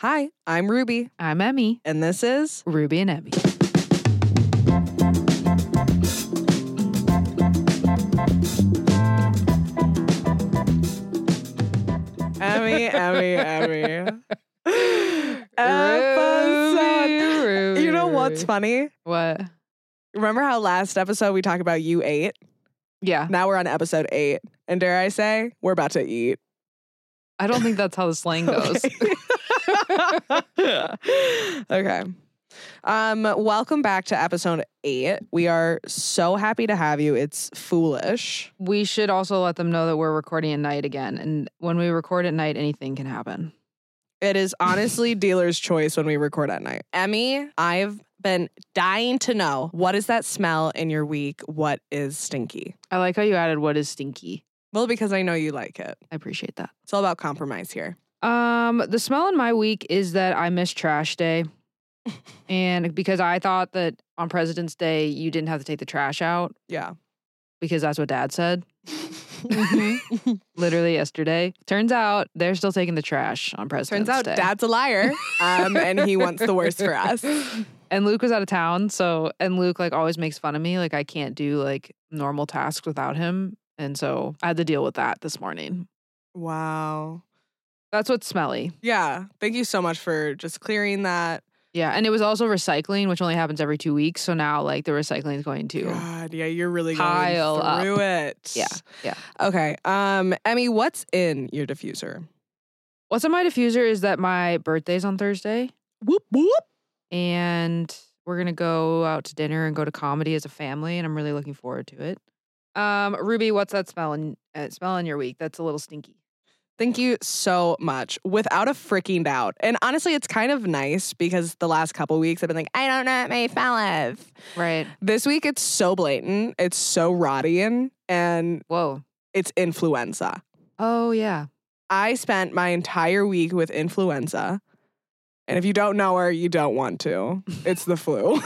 Hi, I'm Ruby, I'm Emmy, and this is Ruby and Emmy. Emmy, Emmy, Emmy. Episode. Ruby, You know what's Ruby. funny? What? Remember how last episode we talked about you ate? Yeah, Now we're on episode eight. And dare I say, we're about to eat. I don't think that's how the slang goes. Okay. okay. Um, welcome back to episode eight. We are so happy to have you. It's foolish. We should also let them know that we're recording at night again, and when we record at night, anything can happen. It is honestly dealer's choice when we record at night. Emmy, I've been dying to know what is that smell in your week? What is stinky? I like how you added what is stinky. Well, because I know you like it. I appreciate that. It's all about compromise here. Um, the smell in my week is that I missed trash day. and because I thought that on President's Day you didn't have to take the trash out Yeah. because that's what dad said Mm-hmm. literally yesterday. Turns out they're still taking the trash on President's Turns out Day. dad's a liar um, and he wants the worst for us. and Luke was out of town, so and Luke like always makes fun of me like I can't do like normal tasks without him. And so I had to deal with that this morning. Wow. That's what's smelly. Yeah. Thank you so much for just clearing that. Yeah. And it was also recycling, which only happens every two weeks. So now like the recycling is going to God, yeah, you're really going Pile up. through it. Yeah, yeah. Okay. Um, Emmy, what's in your diffuser? What's on my diffuser is that my birthday's on Thursday, Whoop whoop. and we're gonna go out to dinner and go to comedy as a family, and I'm really looking forward to it. Um, Ruby, what's that smell in uh, smell in your week? That's a little stinky. Thank you so much. Without a freaking doubt. And honestly, it's kind of nice because the last couple weeks I've been like, I don't know what my smell of. Right. This week it's so blatant, it's so Roddian, and Whoa. it's influenza. Oh yeah. I spent my entire week with influenza. And if you don't know her, you don't want to. It's the flu.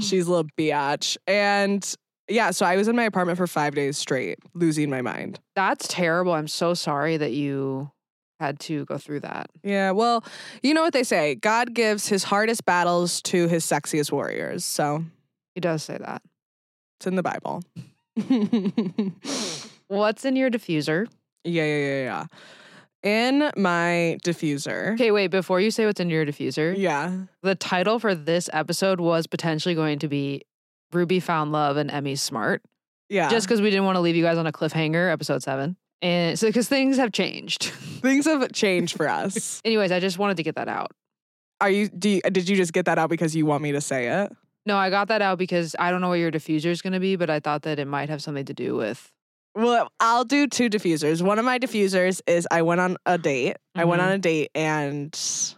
She's a little biatch. And yeah, so I was in my apartment for five days straight, losing my mind. That's terrible. I'm so sorry that you had to go through that. Yeah, well, you know what they say God gives his hardest battles to his sexiest warriors. So He does say that. it's in the Bible. What's in your diffuser? yeah, yeah, yeah, yeah. In my diffuser. Okay, wait, before you say what's in your diffuser, Yeah. the title for this episode was potentially going to be Ruby Found Love and Emmy Smart. Yeah. just because we didn't want to leave you guys on a cliffhanger, episode seven. And so, because things have changed. things have changed for us. Anyways, I just wanted to get that out. Are you, do you, did you just get that out because you want me to say it? No, I got that out because I don't know what your diffuser is going to be, but I thought that it might have something to do with. Well, I'll do two diffusers. One of my diffusers is I went on a date. I went Mhm. on a date and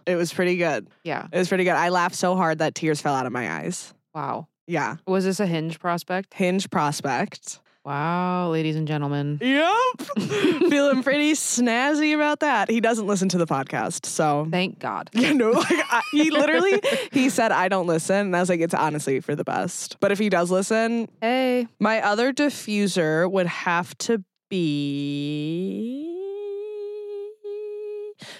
it was pretty good. Yeah. It was pretty good. I laughed so hard that tears fell out of my eyes. Wow. Yeah. Was this a hinge prospect? Hinge prospect. Wow, ladies and gentlemen. Yep. Feeling pretty snazzy about that. He doesn't listen to the podcast, so Thank God. you know, like I, he literally he said I don't listen, and I was like, it's honestly for the best. But if he does listen, Hey. my other diffuser would have to be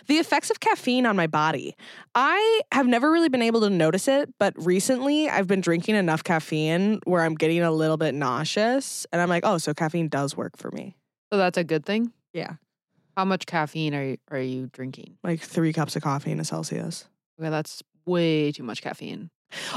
the effects of caffeine on my body. I have never really been able to notice it, but recently I've been drinking enough caffeine where I'm getting a little bit nauseous, and I'm like, oh, so caffeine does work for me. So that's a good thing. Yeah. How much caffeine are you, are you drinking? like three cups of coffee in a Celsius. Okay, that's way too much caffeine.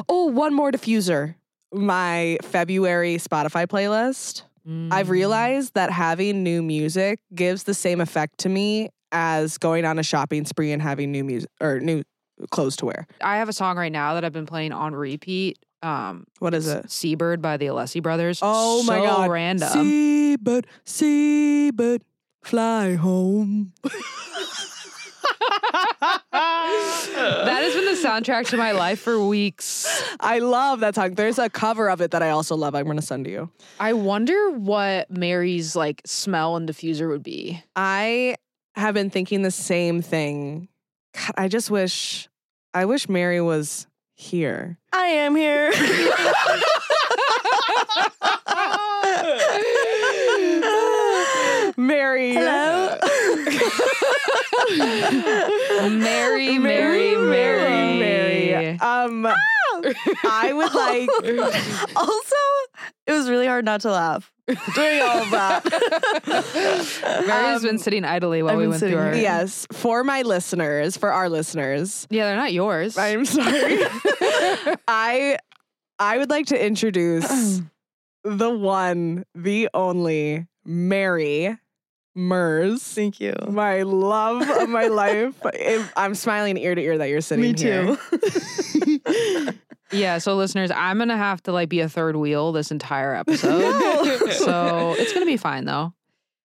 Oh, one more diffuser. My February Spotify playlist. I've Mm. realized that having new music gives the same effect to me as going on a shopping spree and having new music or new clothes to wear. Mm. I have a song right now that I've been playing on repeat. Um, What is S- it? Seabird by the Alessi Brothers. Oh my So God. Random. Seabird, seabird, fly home. that that has been the soundtrack to my life for weeks. I love that song. There's a cover of it that I also love. I'm gonna send to you. I wonder what Mary's like smell and diffuser would be. I have been thinking the same thing. God, I just wish, I wish Mary was here. I am here. Mary. Hello? Mary, Mary, Mary, Mary. Oh. Um, I would like. also, it was really hard not to laugh during all of that. Mary's Um, been sitting idly while I've we been went sitting through our. here. Yes, for my listeners, for our listeners, Yeah, they're not yours. I'm sorry. I I would like to introduce the one, the only Mary Mers. Thank you. My love of my life. If- I'm smiling ear to ear that you're sitting Me here. too. yeah, so listeners, I'm gonna have to like be a third wheel this entire episode. so it's gonna be fine though.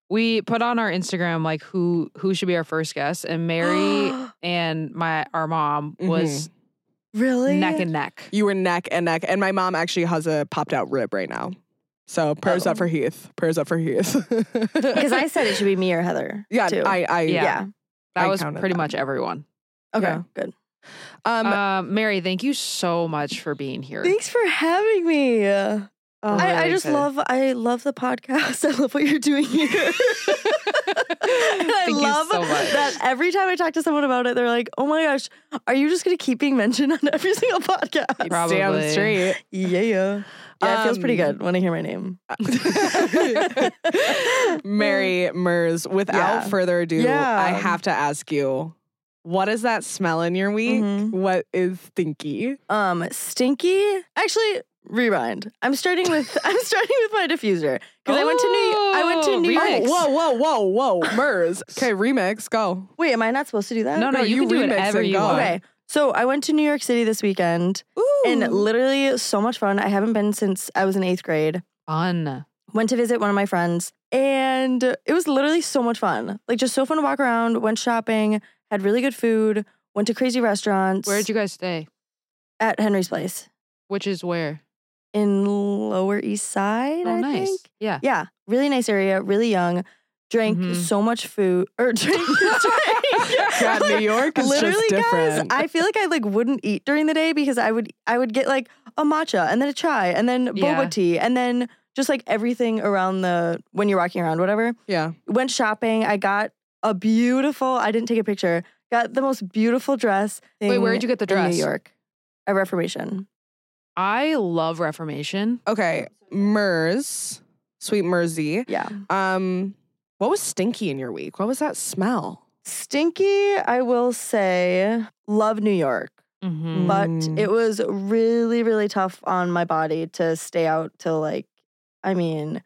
We put on our Instagram like who who should be our first guest, and Mary and my our mom was really neck and neck. You were neck and neck. And my mom actually has a popped out rib right now. So prayers Oh. up for Heath. Prayers up for Heath. because I said it should be me or Heather. yeah, too. I, I, Yeah. yeah. That I was counted pretty that. much everyone. Okay. Yeah. Good. Um, Um, Mary, thank you so much for being here. Thanks for having me. I, oh, I- I just excited. love I love the podcast. I love what you're doing here. And I Thank you love so much. that every time I talk to someone about it, they're like, "Oh my gosh, are you just gonna keep being mentioned on every single podcast?" damn Probably. straight. Yeah, yeah, yeah. it feels pretty Um, good when I hear my name. Mary Mers, without Yeah. further ado, Yeah. I have to ask you, what is that smell in your week? Mhm. What is stinky? Um, stinky. Actually, rewind. I'm starting with I'm starting with my diffuser because I went to New I went to Oh, New remix. York. Whoa, whoa, whoa, whoa. Mers. Okay, remix, go. Wait, am I not supposed to do that? No, no, Girl, you, you can do remix whatever and you go. want. Okay. So I went to New York City this weekend and literally so much fun. I haven't been since I was in eighth grade. Fun. Went to visit one of my friends and it was literally so much fun. Like just so fun to walk around, went shopping, had really good food, went to crazy restaurants. Where did you guys stay? at Henry's place Which is where? in Lower East Side. oh, I nice. think. Yeah. Yeah. Really nice area, really young. Drank Mhm. so much food or drank, God, New drank. York is literally just guys different. i feel like i like wouldn't eat during the day because i would i would get like a matcha and then a chai and then boba Yeah. tea and then just like everything around the when you're walking around whatever yeah. went shopping i got a beautiful i didn't take a picture got the most beautiful dress Wait, where thing did you get the in dress? new york at reformation I love Reformation. Okay, Mers, sweet Mersey. yeah Um, what was stinky in your week? What was that smell? stinky i will say love new york Mm-hmm. but Mm. it was really really tough on my body to stay out till like i mean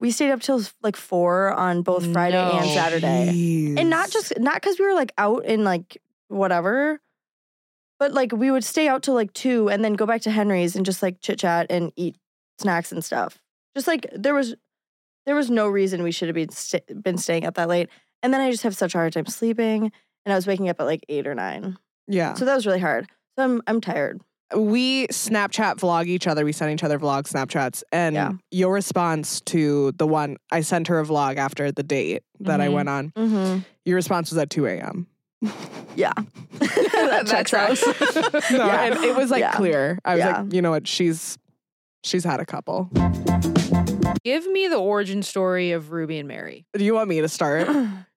we stayed up till like four on both friday and No. saturday and not Jeez. just not because we were like out in like whatever but like we would stay out till like two and then go back to henry's and just like chit chat and eat snacks and stuff just like there was there was no reason we should have been, st- been staying up that late and then i just have such a hard time sleeping and i was waking up at like eight or nine Yeah. so that was really hard so i'm, I'm tired we Snapchat vlog each other. We send each other vlog Snapchats. And Yeah. your response to the one I sent her a vlog after the date that I Mhm. went on, Mm-hmm. your response was at 2 a.m. Yeah. That that checks out. tracks. No, Yeah. and it was like Yeah. clear. I was Yeah. like, you know what? She's she's had a couple. Give me the origin story of Ruby and Mary. Do you want me to start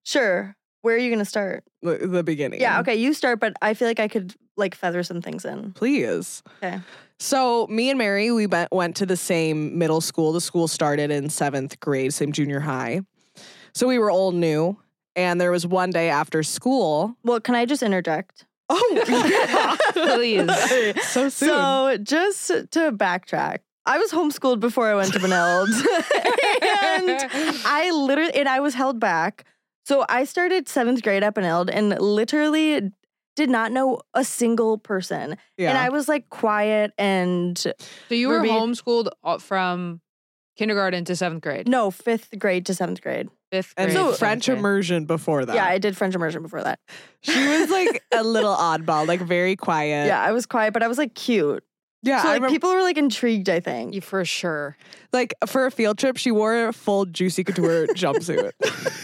sure. Where are you going to start? the, the beginning? Yeah, okay, you start, but I feel like I could like feather some things in. Please. Okay. So me and Mary, we went went to the same middle school. The school started in seventh grade, same junior high. So we were all new. And there was one day after school. Well, can I just interject? Oh, Please. so soon. So, just to backtrack, I was homeschooled before I went to Benilde. and I literally, and I was held back. So, I started seventh grade at Benilde and literally did not know a single person. yeah. And I was like quiet and so you were Ruby- homeschooled all- from kindergarten to seventh grade. no, fifth grade to seventh grade. fifth grade. and So- to French seventh grade. immersion before that. Yeah, I did French immersion before that. she was like a little oddball, like very quiet. Yeah, I was quiet, but I was like cute. yeah. so I like remember, people were like intrigued, I think. You for sure. like for a field trip, she wore a full Juicy Couture jumpsuit.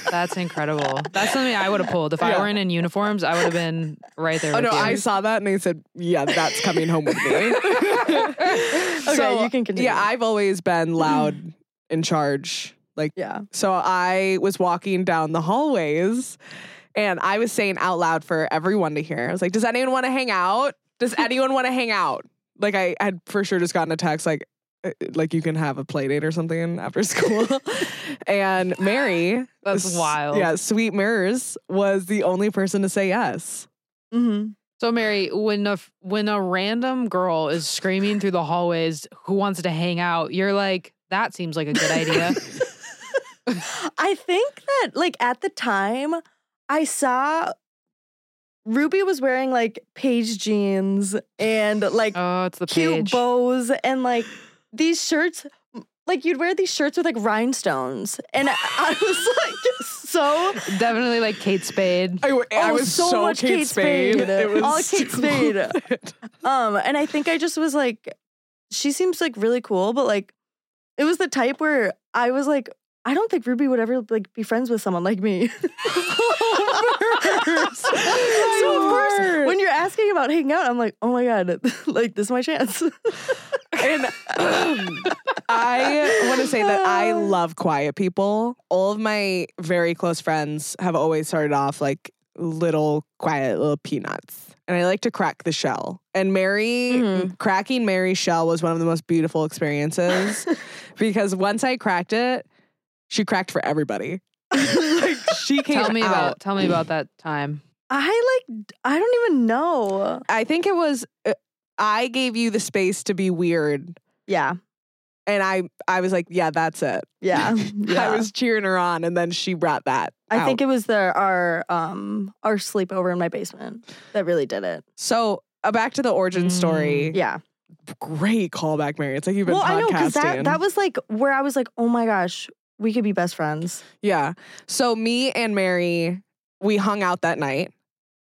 That's incredible. That's something I would have pulled if I Yeah. weren't in uniforms. I would have been right there. oh with no, you. I saw that and I said, "Yeah, that's coming home with me." okay, So, you can continue. Yeah, I've always been loud in charge. Like, yeah. so I was walking down the hallways And I was saying out loud for everyone to hear. I was like, does anyone want to hang out? Does anyone want to hang out? Like I had for sure just gotten a text like uh, like you can have a play date or something after school. and Mary That's s- wild. Yeah, sweet mirrors was the only person to say yes. Mm-hmm. So Mary, when a f- when a random girl is screaming through the hallways who wants to hang out, you're like, that seems like a good idea. I think that like at the time I saw Ruby was wearing like page jeans and like oh, it's the cute page. bows and like these shirts like you'd wear these shirts with like rhinestones and I- I was like so Definitely like Kate Spade. I, w- I Oh, was so so, much Kate, Kate Spade. Spade. It was All Kate Spade. stupid. um and I think I just was like she seems like really cool but like it was the type where I was like I don't think Ruby would ever like be friends with someone like me. so of course when you're asking about hanging out, I'm like, oh my god, like this is my chance. And um, I want to say that I love quiet people. All of my very close friends have always started off like little quiet little peanuts. And I like to crack the shell. And Mary, Mm-hmm. Mhm. cracking Mary's shell was one of the most beautiful experiences because once I cracked it, she cracked for everybody. like she came Tell me out. about tell me about that time. I like, d- I don't even know. I think it was uh, I gave you the space to be weird, Yeah, and I I was like, yeah, that's it. yeah, yeah. I was cheering her on, and then she brought that. I think it was the our um our sleepover in my basement that really did it. so. Uh, back to the origin Mm. story. Yeah. great callback, Mary. It's like you've been Well, podcasting. I know because that that was like where I was like, oh my gosh, we could be best friends. yeah. So me and Mary, we hung out that night,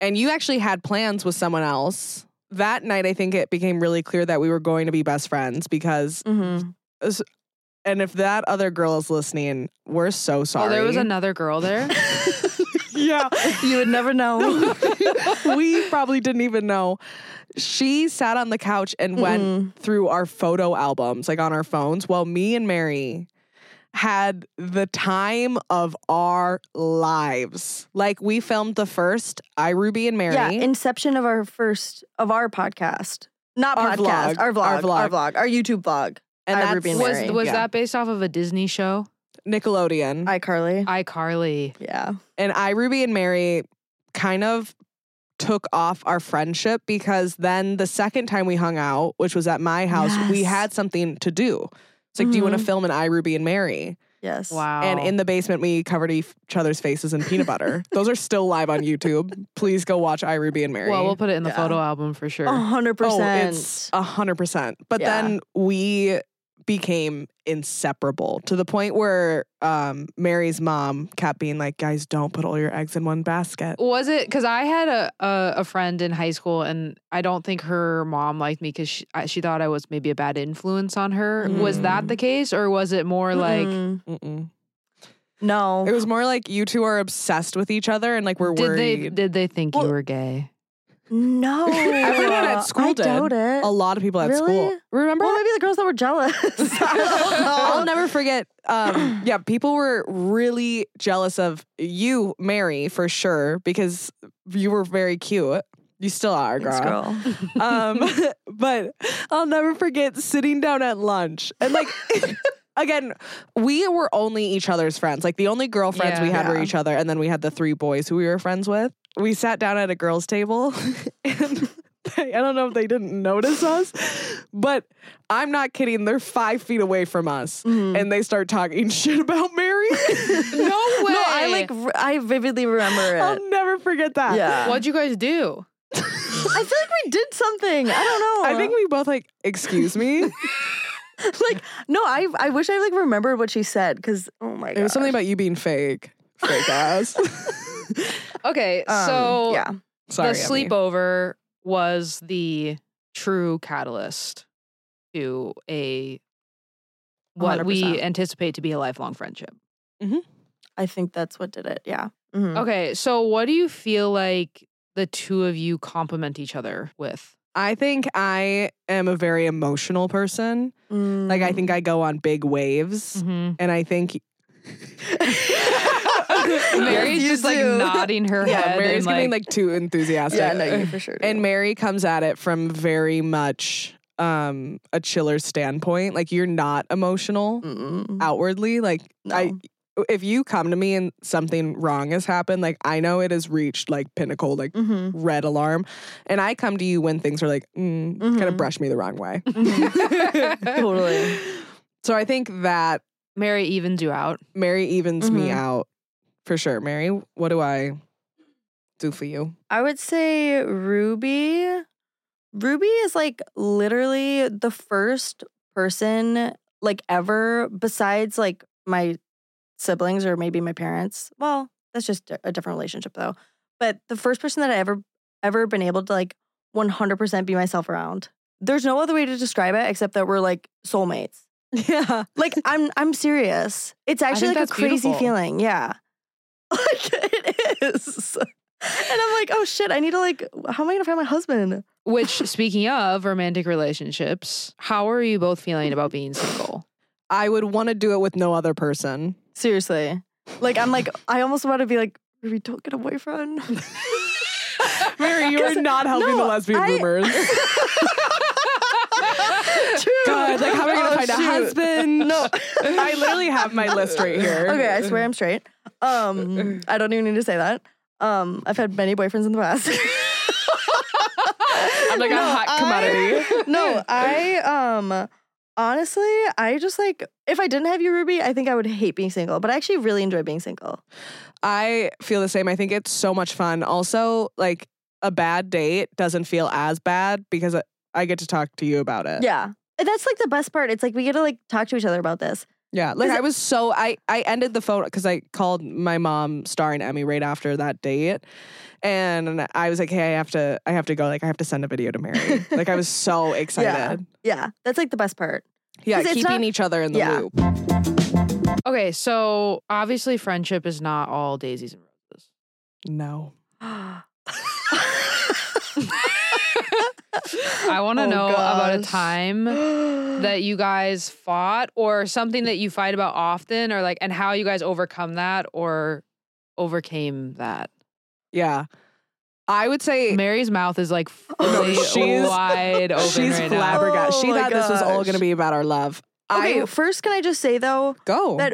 and you actually had plans with someone else. That night, I think it became really clear that we were going to be best friends because, Mm-hmm. and if that other girl is listening, we're so sorry. Oh, there was another girl there. yeah. You would never know. Mm-hmm. we probably didn't even know. She sat on the couch and went Mm-mm. through our photo albums, like on our phones, while me and Mary had the time of our lives. Like we filmed the first I Ruby and Mary. Yeah, inception of our first of our podcast, not Our podcast, vlog. our vlog, Our our vlog, Mm-hmm. vlog. our YouTube vlog, and I, that's Ruby and was Mary. was Yeah. that based off of a Disney show? Nickelodeon. iCarly. iCarly. yeah. and I Ruby and Mary kind of took off our friendship because then the second time we hung out, which was at my house, we Yes. had something to do. It's like, do you want Mhm. to film an I Ruby and Mary? Yes. Wow. And in the basement, we covered each other's faces in peanut butter. Those are still live on YouTube. Please go watch I Ruby and Mary. well, we'll put it in the Yeah. photo album for sure. A hundred oh, percent. it's a hundred percent. But Yeah. then we became inseparable to the point where um, Mary's mom kept being like, "Guys, don't put all your eggs in one basket." Was it because I had a, a a friend in high school, and I don't think her mom liked me because she I, she thought I was maybe a bad influence on her. Was that Mm. the case, or was it more like Mm-mm. Mm-mm. It no. was more like you two are obsessed with each other, and like we're did worried. they did they think Well- you were gay? No. Everyone at school I did. doubt it. a lot of people at school Really? remember. Well, maybe the girls that were jealous. I don't know. I'll never forget. Um, yeah, people were really jealous of you, Mary, for sure, because you were very cute. You still are, Thanks, girl. girl. Um, but I'll never forget sitting down at lunch and like. Again, we were only each other's friends. Like the only girlfriends we Yeah. had were Yeah. each other, and then we had the three boys who we were friends with. We sat down at a girls' table, and they, I don't know if they didn't notice us, but I'm not kidding. They're five feet away from us, Mhm. and they start talking shit about Mary. No way. No, I like. r- I vividly remember it. I'll never forget that. yeah. What'd you guys do? I feel like we did something. I don't know. I think we both like, excuse me. like no. I I wish I like remembered what she said because oh my god. It was something about you being fake. Fake ass. Okay, Um, so yeah. Sorry. the Emmy. sleepover was the true catalyst to a what we 100%. anticipate to be a lifelong friendship. I think that's what did it. Yeah. Mhm. Okay, so what do you feel like the two of you complement each other with? I think I am a very emotional person. Like I Mm. think I go on big waves Mm-hmm. and I think Mary's You just like do. nodding her yeah, head. Mary's and, getting like too enthusiastic. yeah, no, you for sure. do. and Mary comes at it from very much um a chiller standpoint. Like you're not emotional Mm-mm. outwardly. Like Mm-hmm. No. I if you come to me and something wrong has happened, like I know it has reached like pinnacle, like Mhm. red alarm. And I come to you when things are like, mm, it's gonna Mhm. brush me the wrong way. mm-hmm. Totally. So I think that Mary evens you out. Mary evens me Mhm. out for sure. Mary, what do I do for you? I would say Ruby. Ruby is like literally the first person like ever besides like my siblings or maybe my parents. Well, that's just a different relationship though. But the first person that I ever ever been able to like 100% be myself around. There's no other way to describe it except that we're like soulmates. Yeah. Like I'm I'm serious. It's actually think like a that's crazy beautiful. feeling. Yeah. Like it is. And I'm like, oh shit, I need to like how am I gonna find my husband? Which, speaking of romantic relationships, how are you both feeling about being single? I would want to do it with no other person. Seriously. Like I'm like, I almost want to be like, Ruby, don't get a boyfriend. Mary, you are Because- not helping the no, lesbian I- rumors. True. God, like how am I gonna Oh, find a shoot. husband? No. I literally have my list right here. Okay, I swear I'm straight. Um, I don't even need to say that. Um, I've had many boyfriends in the past. I'm like a hot commodity. no, I um honestly, I just like if I didn't have you, Ruby, I think I would hate being single. But I actually really enjoy being single. I feel the same. I think it's so much fun. Also, like a bad date doesn't feel as bad because I- I get to talk to you about it. Yeah. And that's like the best part. It's like we get to like talk to each other about this. Yeah, like Is I was so I I ended the phone because I called my mom star and Emmy right after that date, and I was like, hey, I have to I have to go. Like I have to send a video to Mary. like I was so excited. Yeah. That's like the best part. Yeah, 'Cause it's keeping not- each other in the Yeah. loop. Okay, so obviously, friendship is not all daisies and roses. No, I want to Oh, know about a gosh. time that you guys fought or something that you fight about often or like and how you guys overcome that or overcame that. yeah, I would say Mary's mouth is like Oh, no, fully she's- wide open she's right now. flabbergasted. she Oh my thought this was all gosh. gonna be about our love. Okay, I first can I just say though go. that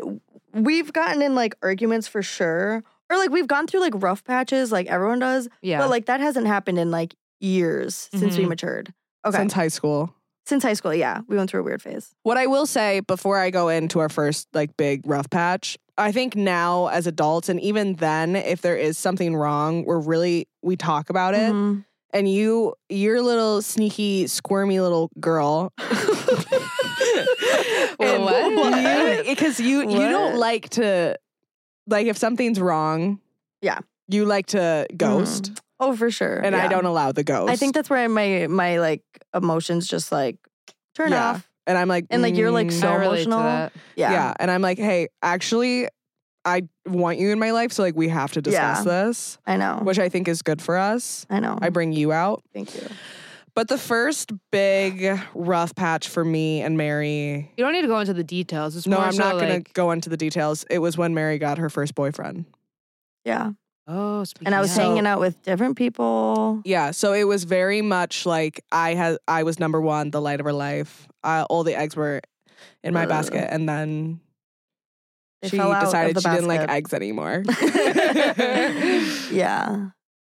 we've gotten in like arguments for sure. Or like we've gone through like rough patches like everyone does. Yeah. But like that hasn't happened in like years since we Mhm. matured. Okay. Mm-hmm. Since high school. Since high school, yeah. We went through a weird phase. What I will say before I go into our first like big rough patch, I think now as adults and even then if there is something wrong, we're really we talk about it Mhm. and you your little sneaky squirmy little girl Well, and what? you- cuz you you don't What? like to like if something's wrong, Yeah. You like to ghost Oh, for sure. and I yeah. don't allow the ghost. I think that's where my my like emotions just like turn Yeah. off. and I'm like and, like, you're, like, "Mm, so I relate to emotional. that. Yeah. Yeah. And I'm like, hey, actually, I want you in my life. So, like, we have to discuss this, I know. which I think is good for us. I know. I bring you out. Thank you. But the first big rough patch for me and Mary. You don't need to go into the details. It's No, more I'm so not going like, to go into the details. It was when Mary got her first boyfriend. Yeah. Oh, speaking And I was of- So- hanging out with different people. Yeah, so it was very much like I had I was number one, the light of her life. Uh, all the eggs were in my Ugh. basket, and then They she fell out of decided the she didn't like basket. eggs anymore. Yeah.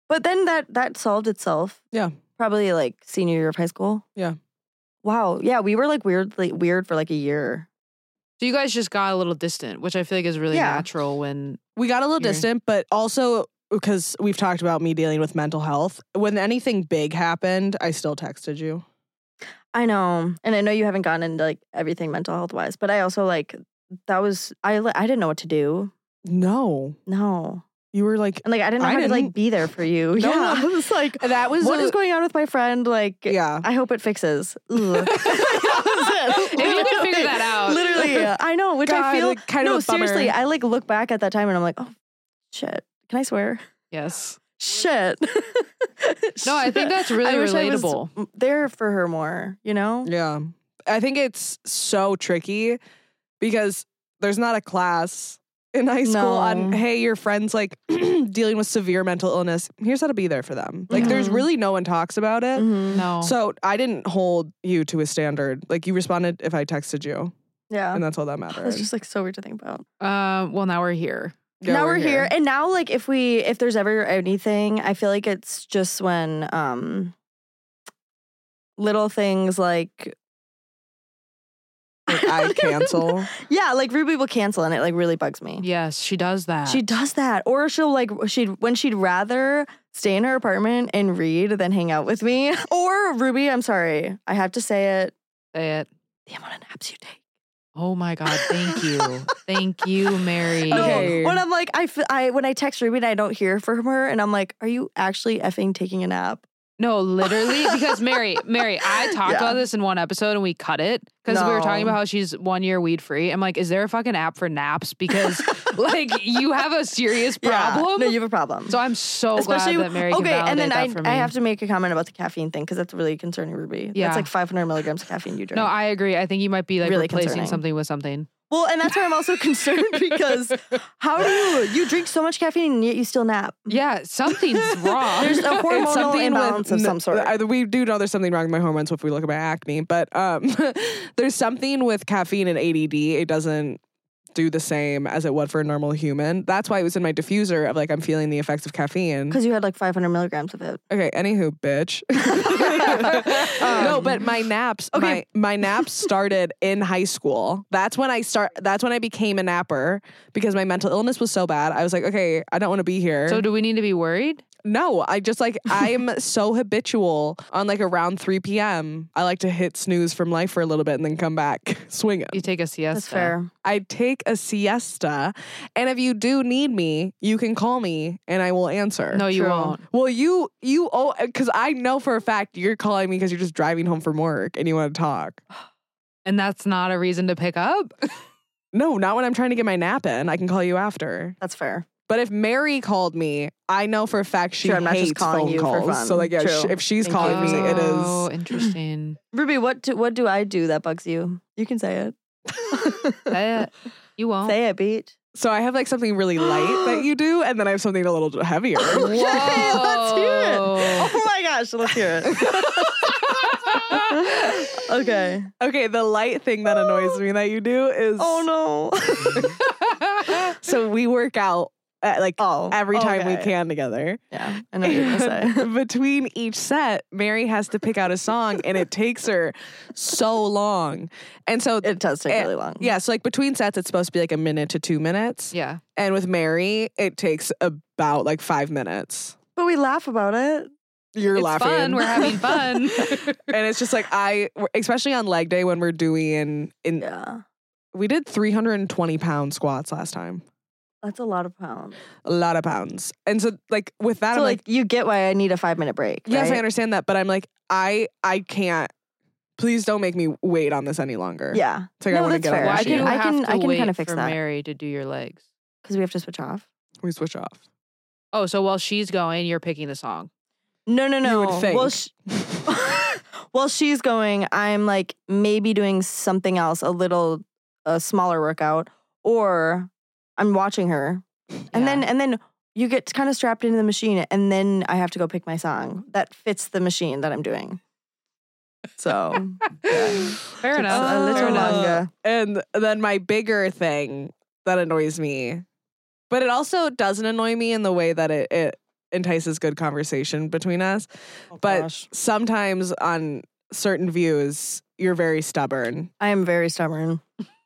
But then that that solved itself. Yeah. Probably like senior year of high school. Yeah. Wow. Yeah, we were like weirdly weird for like a year. So you guys just got a little distant, which I feel like is really Yeah. natural when we got a little You're- distant, but also because we've talked about me dealing with mental health. When anything big happened, I still texted you. I know. And I know you haven't gotten into like everything mental health wise, but I also like that was I li- I didn't know what to do. No, No. you were like And like I didn't know I how to didn't. like be there for you. No, yeah. no. I was like that was what a- is going on with my friend? Like yeah. I hope it fixes. Ugh. That was it. If you can figure that out. Literally. Literally, I know, which God, I feel like, kind no, of a bummer. seriously, I like look back at that time and I'm like, oh shit. Can I swear? yes. Shit. No, I think that's really wish I was relatable. m- there for her more, you know? Yeah, I think it's so tricky because there's not a class in high school on No. hey your friends like dealing with severe mental illness here's how to be there for them like there's Mhm. really no one talks about it Mhm. No. so i didn't hold you to a standard like you responded if i texted you Yeah. and that's all that It's matters just like so weird to think about. um, well, now we're here. Yeah, now we're, here. and now like if we if there's ever anything, I feel like it's just when um little things like Like, i cancel yeah, like Ruby will cancel, and it like really bugs me. Yes, she does that. She does that, or she'll like she would when she'd rather stay in her apartment and read than hang out with me. Or Ruby, I'm sorry, I have to say it. Say it. The amount of naps you take. Oh my God. Thank you. thank you, Mary. No, Okay. when I'm like, I, f- I when I text Ruby and I don't hear from her, and I'm like, are you actually effing taking a nap? No, literally, because Mary, Mary, I talked Yeah. about this in one episode and we cut it because we were talking No. about how she's one year weed free. I'm like, is there a fucking app for naps? Because like you have a serious Yeah. problem. No, you have a problem. so I'm so glad that Mary can okay, validate and then that I, for me. I have to make a comment about the caffeine thing because that's really concerning, Ruby. Yeah. That's like 500 milligrams of caffeine you drink. no, I agree. I think you might be like Really replacing concerning. Mm-hmm. something with something. well, and that's why I'm also concerned because how do you you drink so much caffeine and yet you still nap? Yeah, something's wrong. There's a It's hormonal something with- imbalance. of n- some sort. I- we do know there's something wrong with my hormones if we look at my acne, but um, there's something with caffeine and ADD. It doesn't do the same as it would for a normal human. That's why it was in my diffuser of like I'm feeling the effects of caffeine. Because you had like 500 milligrams of it. Okay, anywho, bitch. no, but my naps, Um, Okay. my my naps started in high school. That's when I start. That's when I became a napper because my mental illness was so bad. I was like, okay, I don't want to be here. So do we need to be worried? No, I just like I'm so habitual on like around 3 p.m. I like to hit snooze from life for a little bit and then come back swinging. You take a siesta. That's fair. I take a siesta, and if you do need me, you can call me and I will answer. No, you True. won't. Well, you you oh, because I know for a fact you're calling me because you're just driving home from work and you want to talk. And that's not a reason to pick up. No, not when I'm trying to get my nap in. I can call you after. That's fair. But if Mary called me, I know for a fact she Sure, I'm not just hates calling phone you for calls. fun. So like, yeah, True. sh- if she's Thank calling me, it is. Oh, interesting. Ruby, what do, what do I do that bugs you? You can say it. Say it. You won't. Say it, beat. So I have like something really light that you do, and then I have something a little heavier. Okay, let's hear it. Whoa. Oh my gosh, let's hear it. okay. okay, the light thing that annoys me that you do is Oh no. no. so we work out at, like Oh. every time we okay. can together. Yeah, I know what you're gonna say. And Between each set, Mary has to pick out a song, and it takes her so long. And so. It does take Eh, really long. yeah, so like between sets, it's supposed to be like a minute to two minutes. yeah. And with Mary, it takes about like five minutes. But we laugh about it. You're it's laughing. fun. We're having fun. and it's just like I, especially on leg day when we're doing in, Yeah. we did 320 pound squats last time, That's a lot of pounds. a lot of pounds, and so like with that, So I'm like, like, you get why I need a five minute break. yes, I right? understand that, but I'm like, I, I can't. Please don't make me wait on this any longer. Yeah. it's like I No, want to that's get on fair. the Why I do machine. you can- I have can- to I can wait kinda fix for that. Mary to do your legs? Because we have to switch off. We switch off. Oh, so while she's going, you're picking the song. No, no, no. would Well, think. while she's going, I'm like maybe doing something else, a little a smaller workout, or I'm watching her. And then and then you get kind of strapped into the machine and then I have to go pick my song that fits the machine that I'm doing. So Fair Takes enough. Fair a little enough. longer. And then my bigger thing that annoys me, but it also doesn't annoy me in the way that it, it entices good conversation between us. Oh, but sometimes on certain views, you're very stubborn. I am very stubborn.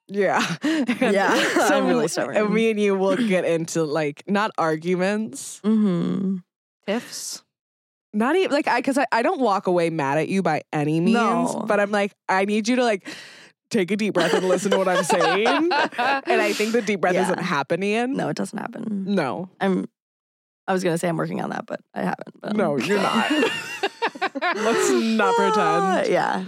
Yeah. Yeah, I'm really stubborn. And me and you will get into like not arguments, Mm-hmm. Tiffs. not even like I, cause I, I don't walk away mad at you by any means, No. but I'm like, I need you to like take a deep breath and listen to what I'm saying. And I think the deep breath Yeah. isn't happening. No, it doesn't Mm. happen. No. I'm I was gonna say I'm working on that, but I haven't. But No, you're not. Let's not pretend. yeah.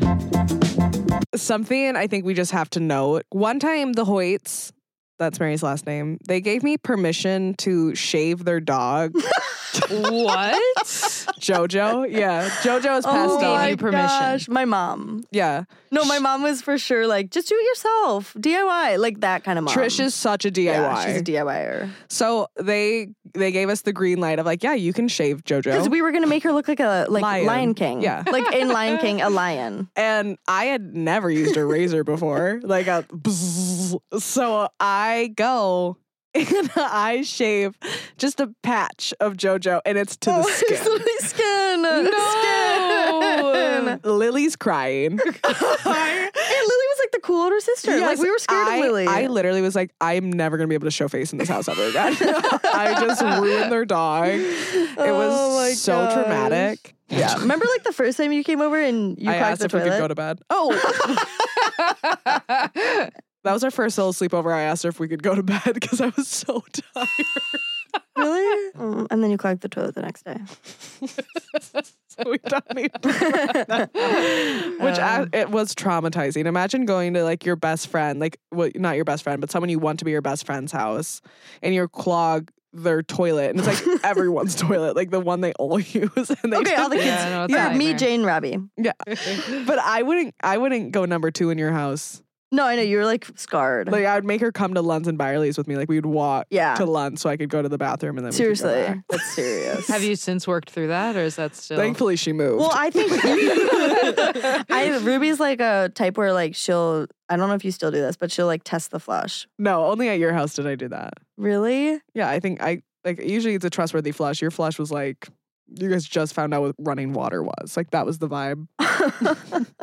something I think we just have to note. One time, the Hoyts, that's Mary's last name, they gave me permission to shave their dog what? JoJo. Yeah. JoJo is Who passed gave on. you permission? gosh, Oh my mom. Yeah. No, my mom was for sure like, just do it yourself, DIY, like that kind of mom. Trish is such a DIY. Yeah, she's a DIYer. so they they gave us the green light of like, yeah, you can shave Because JoJo. we were gonna make her look like a like Lion. Lion, King. Yeah. like in Lion King, a lion. and I had never used a razor before, like a bzzz. So I go and I shave just a patch of JoJo, and it's Oh, to the skin. It's literally skin. No. Skin. Lily's crying. and Lily was like the cool older sister. like Yes, we were scared I, of Lily. I literally was like, I'm never gonna be able to show face in this house ever again. I just ruined their dog. It was Oh my so gosh. traumatic. Yeah. Remember like the first time you came over and you I cracked asked the if we could go toilet? to bed. Oh, that was our first little sleepover. I asked her if we could go to bed because I was so tired. Really? Mm, and then you clogged the toilet the next day. we don't need Which Uh. I, it was traumatizing. Imagine going to like your best friend, like well, not your best friend, but someone you want to be your best friend's house, and you clog their toilet, and it's like everyone's toilet, like the one they all use, and they Okay, all the just- kids. Yeah, I know, it's a yeah, me, nightmare. Jane, Robbie. But I wouldn't, I wouldn't go number two in your house. No, I know you were like scarred. Like I would make her come to Lunds and Byerly's with me. Like we'd walk yeah, to Lunds so I could go to the bathroom, and then we could go seriously, back. that's serious. Have you since worked through that, or is that still? Thankfully, she moved. Well, I think I Ruby's like a type where like she'll. I don't know if you still do this, but she'll like test the flush. no, only at your house did I do that. Really? Yeah, I think I like usually it's a trustworthy flush. Your flush was like you guys just found out what running water was. Like that was the vibe.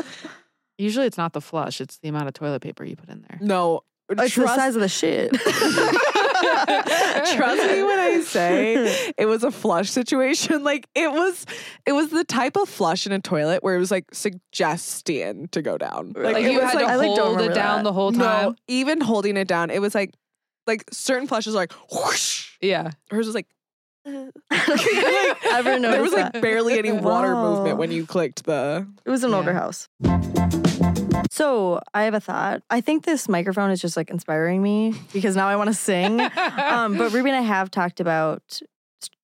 Usually, it's not the flush; it's the amount of toilet paper you put in there. No, It's the size of the shit. Trust me when I say it was a flush situation. Like it was, it was the type of flush in a toilet where it was like suggesting to go down. Like, Like, it you was had to I, like, don't hold it remember down that. the whole time. no, even holding it down, it was like, like certain flushes are like whoosh. Yeah, Hers was like Ever noticed there was like that? barely any water Wow. movement when you clicked the. It was an older Yeah. house. So I have a thought. I think this microphone is just like inspiring me because now I want to sing. um, but Ruby and I have talked about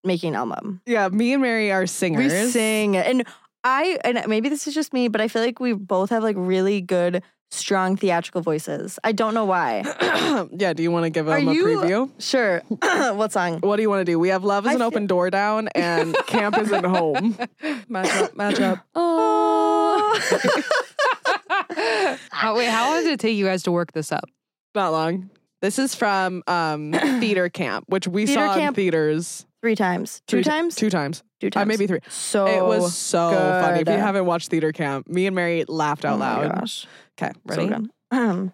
making an album. Yeah, me and Mary are singers. We sing, and I and maybe this is just me, but I feel like we both have like really good, strong theatrical voices. I don't know why. yeah, do you want to give Are them a you- preview? Sure, what song? What do you want to do? We have Love is I an thi- Open Door Down and Camp Isn't Home. Match up, match up. Oh, How- wait, how long did it take you guys to work this up? Not long. This is from um, Theater Camp, which we Theater saw in Camp. theaters. three times, two three ti- times, Two times. two Uh, times, maybe three. So it was so funny. If you good. haven't watched Theater Camp, me and Mary laughed out Oh my loud. gosh. Okay, So ready? good. Ahem.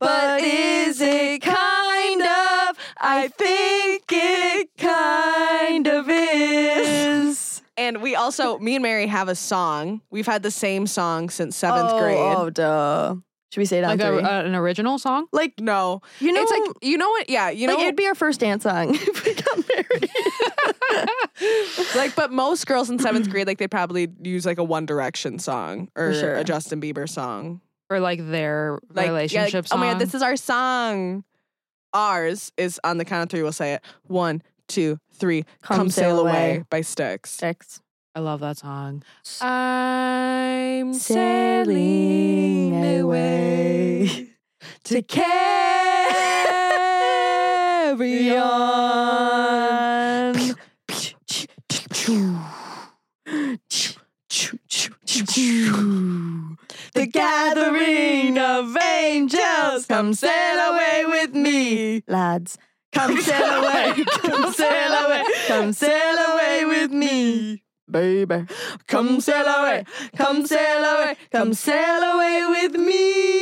But is it kind of? I think it kind of is. and we also, me and Mary have a song. We've had the same song since seventh grade. Oh, duh. Should we say it on Like a, three? a- an original song? like No, you know, it's like you know what? Yeah, you know like, it'd be our first dance song if we got married. like but most girls in seventh grade like they probably use like a one direction song or sure. a justin bieber song Or like their like yeah, like, relationship song? oh my god this is our song ours is on the count of three we'll say it one two three come, sail away. by sticks Six. I love that song. i'm Sailing away to carry on. The gathering of angels, come sail away with me, lads. Come sail away, come sail away, come sail away with me, baby. Come sail away, come sail away, come sail away with me.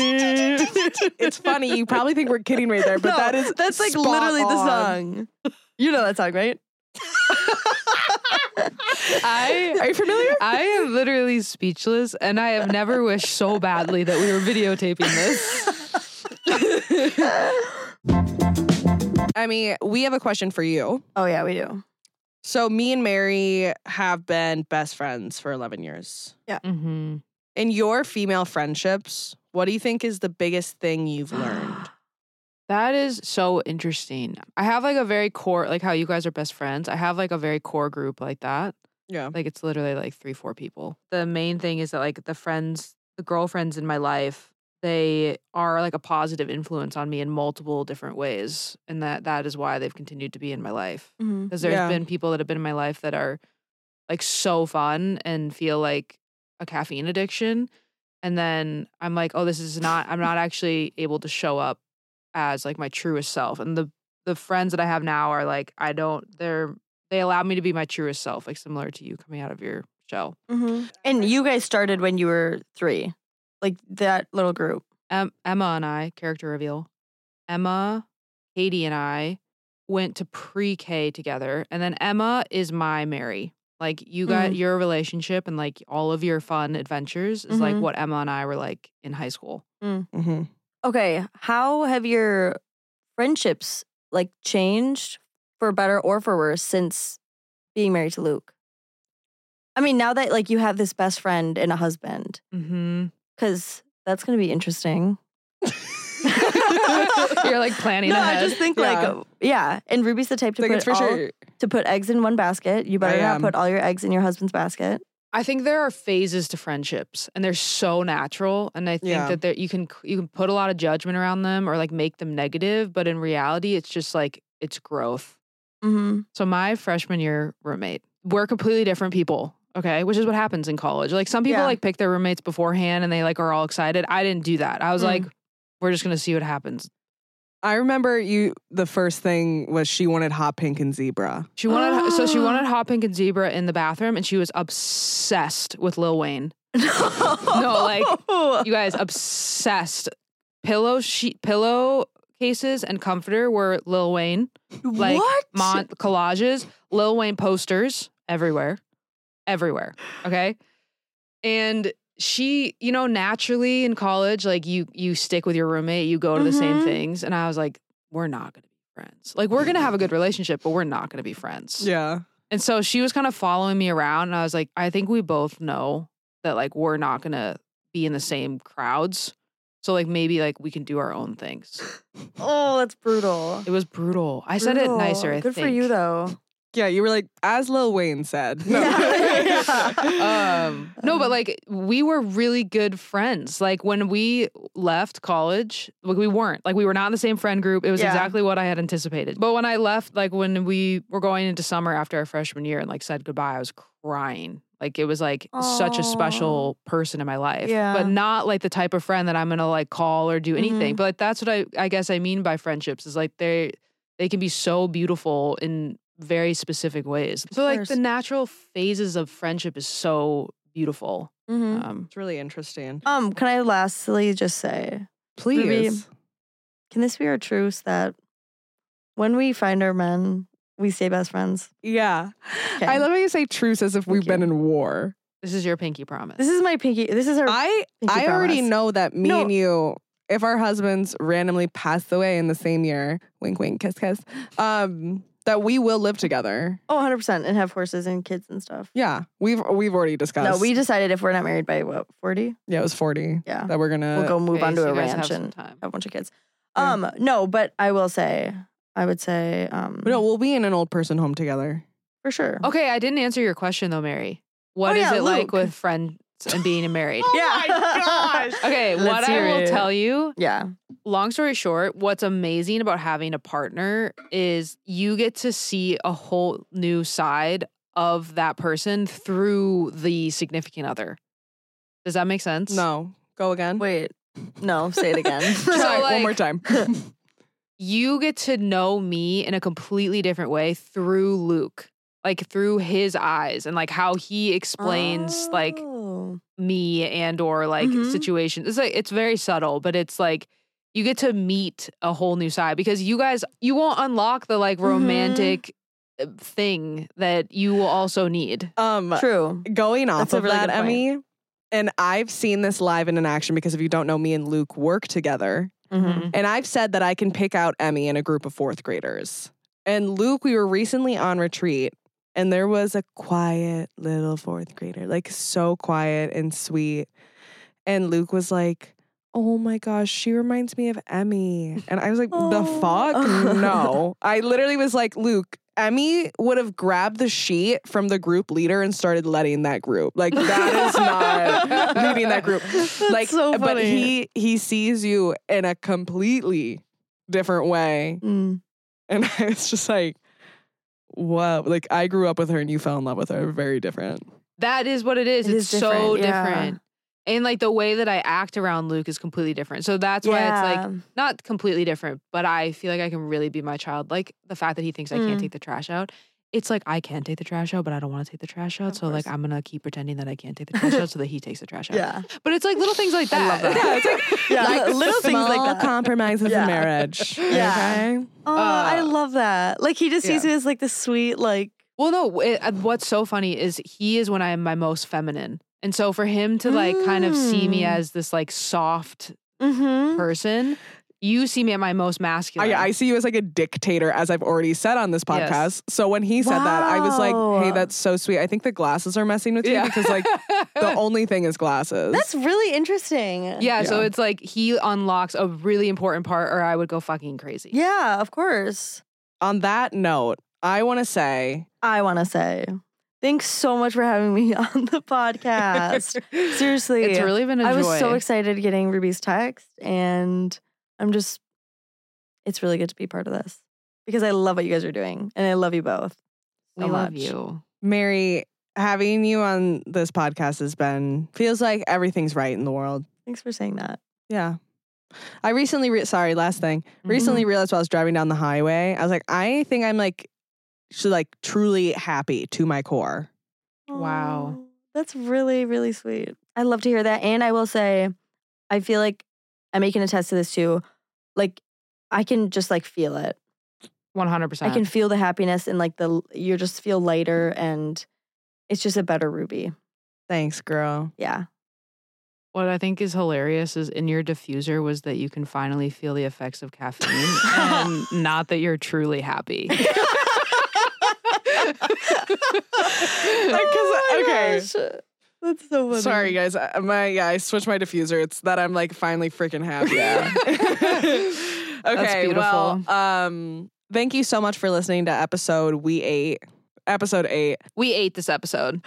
it's funny you probably think we're kidding right there but No, that is that's like spot literally the on. song. You know that song, right? I are you familiar I am literally speechless, and I have never wished so badly that we were videotaping this. i mean we have a question for you Oh yeah, we do. So me and Mary have been best friends for 11 years. Mm-hmm. In your female friendships, What do you think is the biggest thing you've learned? That is so interesting. I have like a very core, like how you guys are best friends. I have like a very core group like that. Yeah. Like it's literally like three, four people. The main thing is that like the friends, the girlfriends in my life, they are like a positive influence on me in multiple different ways. And that that is why they've continued to be in my life. Mhm. Because there's Yeah. been people that have been in my life that are like so fun and feel like a caffeine addiction. And then I'm like, oh, this is not, I'm not actually able to show up as like my truest self. And the, the friends that I have now are like, I don't, they're, they allow me to be my truest self, like similar to you coming out of your shell. Mhm. And you guys started when you were three, like that little group. Em- Emma and I, character reveal, Emma, Katie, and I went to pre K together. And then Emma is my Mary. Like, you Mm-hmm. got your relationship and like all of your fun adventures is like Mhm. what Emma and I were like in high school. Mm-hmm. Okay, how have your friendships like changed for better or for worse since being married to Luke? I mean, now that like you have this best friend and a husband, Mm-hmm. because that's gonna be interesting. You're like planning no, ahead. I just think Yeah. like yeah. And Ruby's the type to Like put it's for all- sure. to put eggs in one basket. You better I not am. put all your eggs in your husband's basket. I think there are phases to friendships, and they're so natural. And I think Yeah. that there, you can you can put a lot of judgment around them or like make them negative, but in reality, it's just like it's growth. Mm-hmm. So my freshman year roommate, we're completely different people. Okay, which is what happens in college. Like some people Yeah. like pick their roommates beforehand and they like are all excited. I didn't do that. I was Mm. like, we're just gonna see what happens. I remember you. The first thing was she wanted hot pink and zebra. She wanted so she Oh. wanted Hot Pink and Zebra in the bathroom and she was obsessed with Lil Wayne. no, like, You guys obsessed. Pillow sheet pillow cases and comforter were Lil Wayne. like, what? Mon- collages, Lil Wayne posters everywhere, everywhere. Okay, and she, you know, naturally in college, like you, you stick with your roommate, you go to the same Mhm. things, and I was like, we're not gonna be friends. Like we're gonna have a good relationship, but we're not gonna be friends. Yeah. And so she was kind of following me around, and I was like, I think we both know that like we're not gonna be in the same crowds. So like maybe like we can do our own things. oh, that's brutal. It was brutal. I said it nicer. I Good think. for you though. Yeah. You were like, as Lil Wayne said. No. Yeah. um no but like we were really good friends like when we left college like we weren't like we were not in the same friend group it was Yeah. exactly what i had anticipated but when i left like when we were going into summer after our freshman year and like said goodbye i was crying like it was like such a special person in my life Yeah. but not like the type of friend that i'm gonna like call or do anything Mhm. but that's what i i guess i mean by friendships is like they they can be so beautiful in very specific ways. So like course. the natural phases of friendship is so beautiful. Mhm. Um, It's really interesting. Um, can I lastly just say, Please. can this be our truce that when we find our men, we stay best friends? Yeah. I Okay. love how you say truce as if we've Thank been in war. this is your pinky promise. This is my pinky. This is our. I Thank you, I already promise. know that me No. and you, if our husbands randomly passed away in the same year, wink wink, kiss kiss, um, that we will live together. oh, 100% and have horses and kids and stuff. Yeah. We've we've already discussed. No, we decided if we're not married by what, 40? Yeah, it was 40. Yeah. That we're gonna We'll go move Okay, on to so a you guys have ranch some and time. have a bunch of kids. Yeah. Um, no, but I will say, I would say, um, No, we'll be in an old person home together. for sure. Okay, I didn't answer your question though, Mary. What is Oh. yeah, it like Luke. with friends and being married? yeah. Okay, Let's what I hear will it. tell you yeah. long story short, what's amazing about having a partner is you get to see a whole new side of that person through the significant other. Does that make sense? No. Go again. Wait. No, say it again. Try it like- one more time. You get to know me in a completely different way through Luke, like through his eyes and like how he explains like Oh. me and or like Mhm. situations. It's like it's very subtle, but it's like you get to meet a whole new side because you guys you won't unlock the like Mm-hmm. romantic uh thing that you will also need. um true. going off That's a of really that, good point. Emmy, and I've seen this live and in action because if you don't know, me and Luke work together. Mm-hmm. And I've said that I can pick out Emmy in a group of fourth graders. And Luke, we were recently on retreat, and there was a quiet little fourth grader, like so quiet and sweet. And Luke was like, oh my gosh, she reminds me of Emmy. And I was like, the Oh. fuck? No. I literally was like, Luke, Emmy would have grabbed the sheet from the group leader and started letting that group. Like, that is not leading that group. That's like, so funny. but he he sees you in a completely different way. Mm. And I was just like, wow. Like, I grew up with her and you fell in love with her. Very different. That is what it is. It it's is so different, yeah. different. And like the way that I act around Luke is completely different. So that's why it's like not completely different, but I feel like I can really be my child. Like the fact that he thinks I can't Mm. take the trash out. It's like I can take the trash out, but I don't want to take the trash out. Of so like course. I'm gonna keep pretending that I can't take the trash out so that he takes the trash out. yeah, But it's like little things like I that. love that. Yeah, it's like, yeah, little things like that. compromises in Yeah. marriage. Yeah. Okay. oh, I uh, love that. Like he just sees it as like the sweet, like Well, no. It, uh, what's so funny is he is when I am my most feminine, and so for him to like kind of see me Mm. as this like soft mm-hmm. person, you see me at my most masculine. I, I see you as like a dictator, as I've already said on this podcast. So when he said that, I was like, hey, Wow. that's so sweet. I think the glasses are messing with you Yeah. because like the only thing is glasses. That's really interesting. yeah, So Yeah. it's like he unlocks a really important part, or I would go fucking crazy. yeah, of course. on that note, I want to say I want to say thanks so much for having me on the podcast. Seriously, It's really been a I was joy. so excited getting Ruby's text, and I'm just, it's really good to be part of this because I love what you guys are doing, and I love you both. We so love much. you. Mary, having you on this podcast has been feels like everything's right in the world. Thanks for saying that. Yeah. I recently re- sorry, last thing. Mm-hmm. Recently realized while I was driving down the highway, I was like, I think I'm like so like truly happy to my core. Wow. Aw, That's really, really sweet. I love to hear that. And I will say, I feel like I'm making a test to this too. Like, I can just like feel it. one hundred I can percent. feel the happiness and like the, you just feel lighter and it's just a better Ruby. Thanks, girl. Yeah. What I think is hilarious is in your diffuser was that you can finally feel the effects of caffeine, and not that you're truly happy. Oh my okay. That's so funny. Sorry guys, I- my yeah, I switched my diffuser. It's that I'm like finally freaking happy. Yeah. okay, That's beautiful. well, um, thank you so much for listening to episode we eight, episode eight. we ate this episode.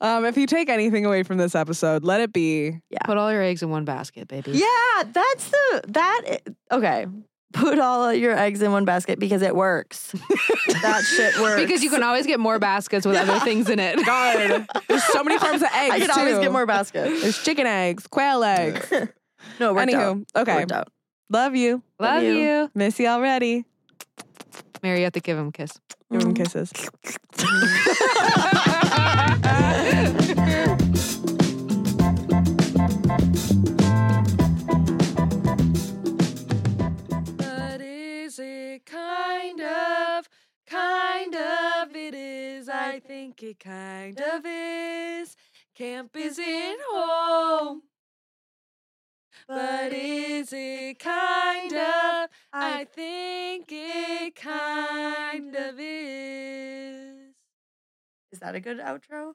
Um, if you take anything away from this episode, let it be. Put all your eggs in one basket, baby. Yeah. That's the, that, i- okay. Put all your eggs in one basket because it works. that shit works. Because you can always get more baskets with other things in it. God, there's so many forms of eggs. I can always too. get more baskets. There's chicken eggs, quail eggs. No, it worked out. Anywho, It okay, worked out. love you, Love you. you. miss you already. Mary, you have to give him a kiss. Give them kisses. But is it kind of, kind of it is? I think it kind of is. Camp is in home. But is it kind of? I think it kind of is. Is that a good outro?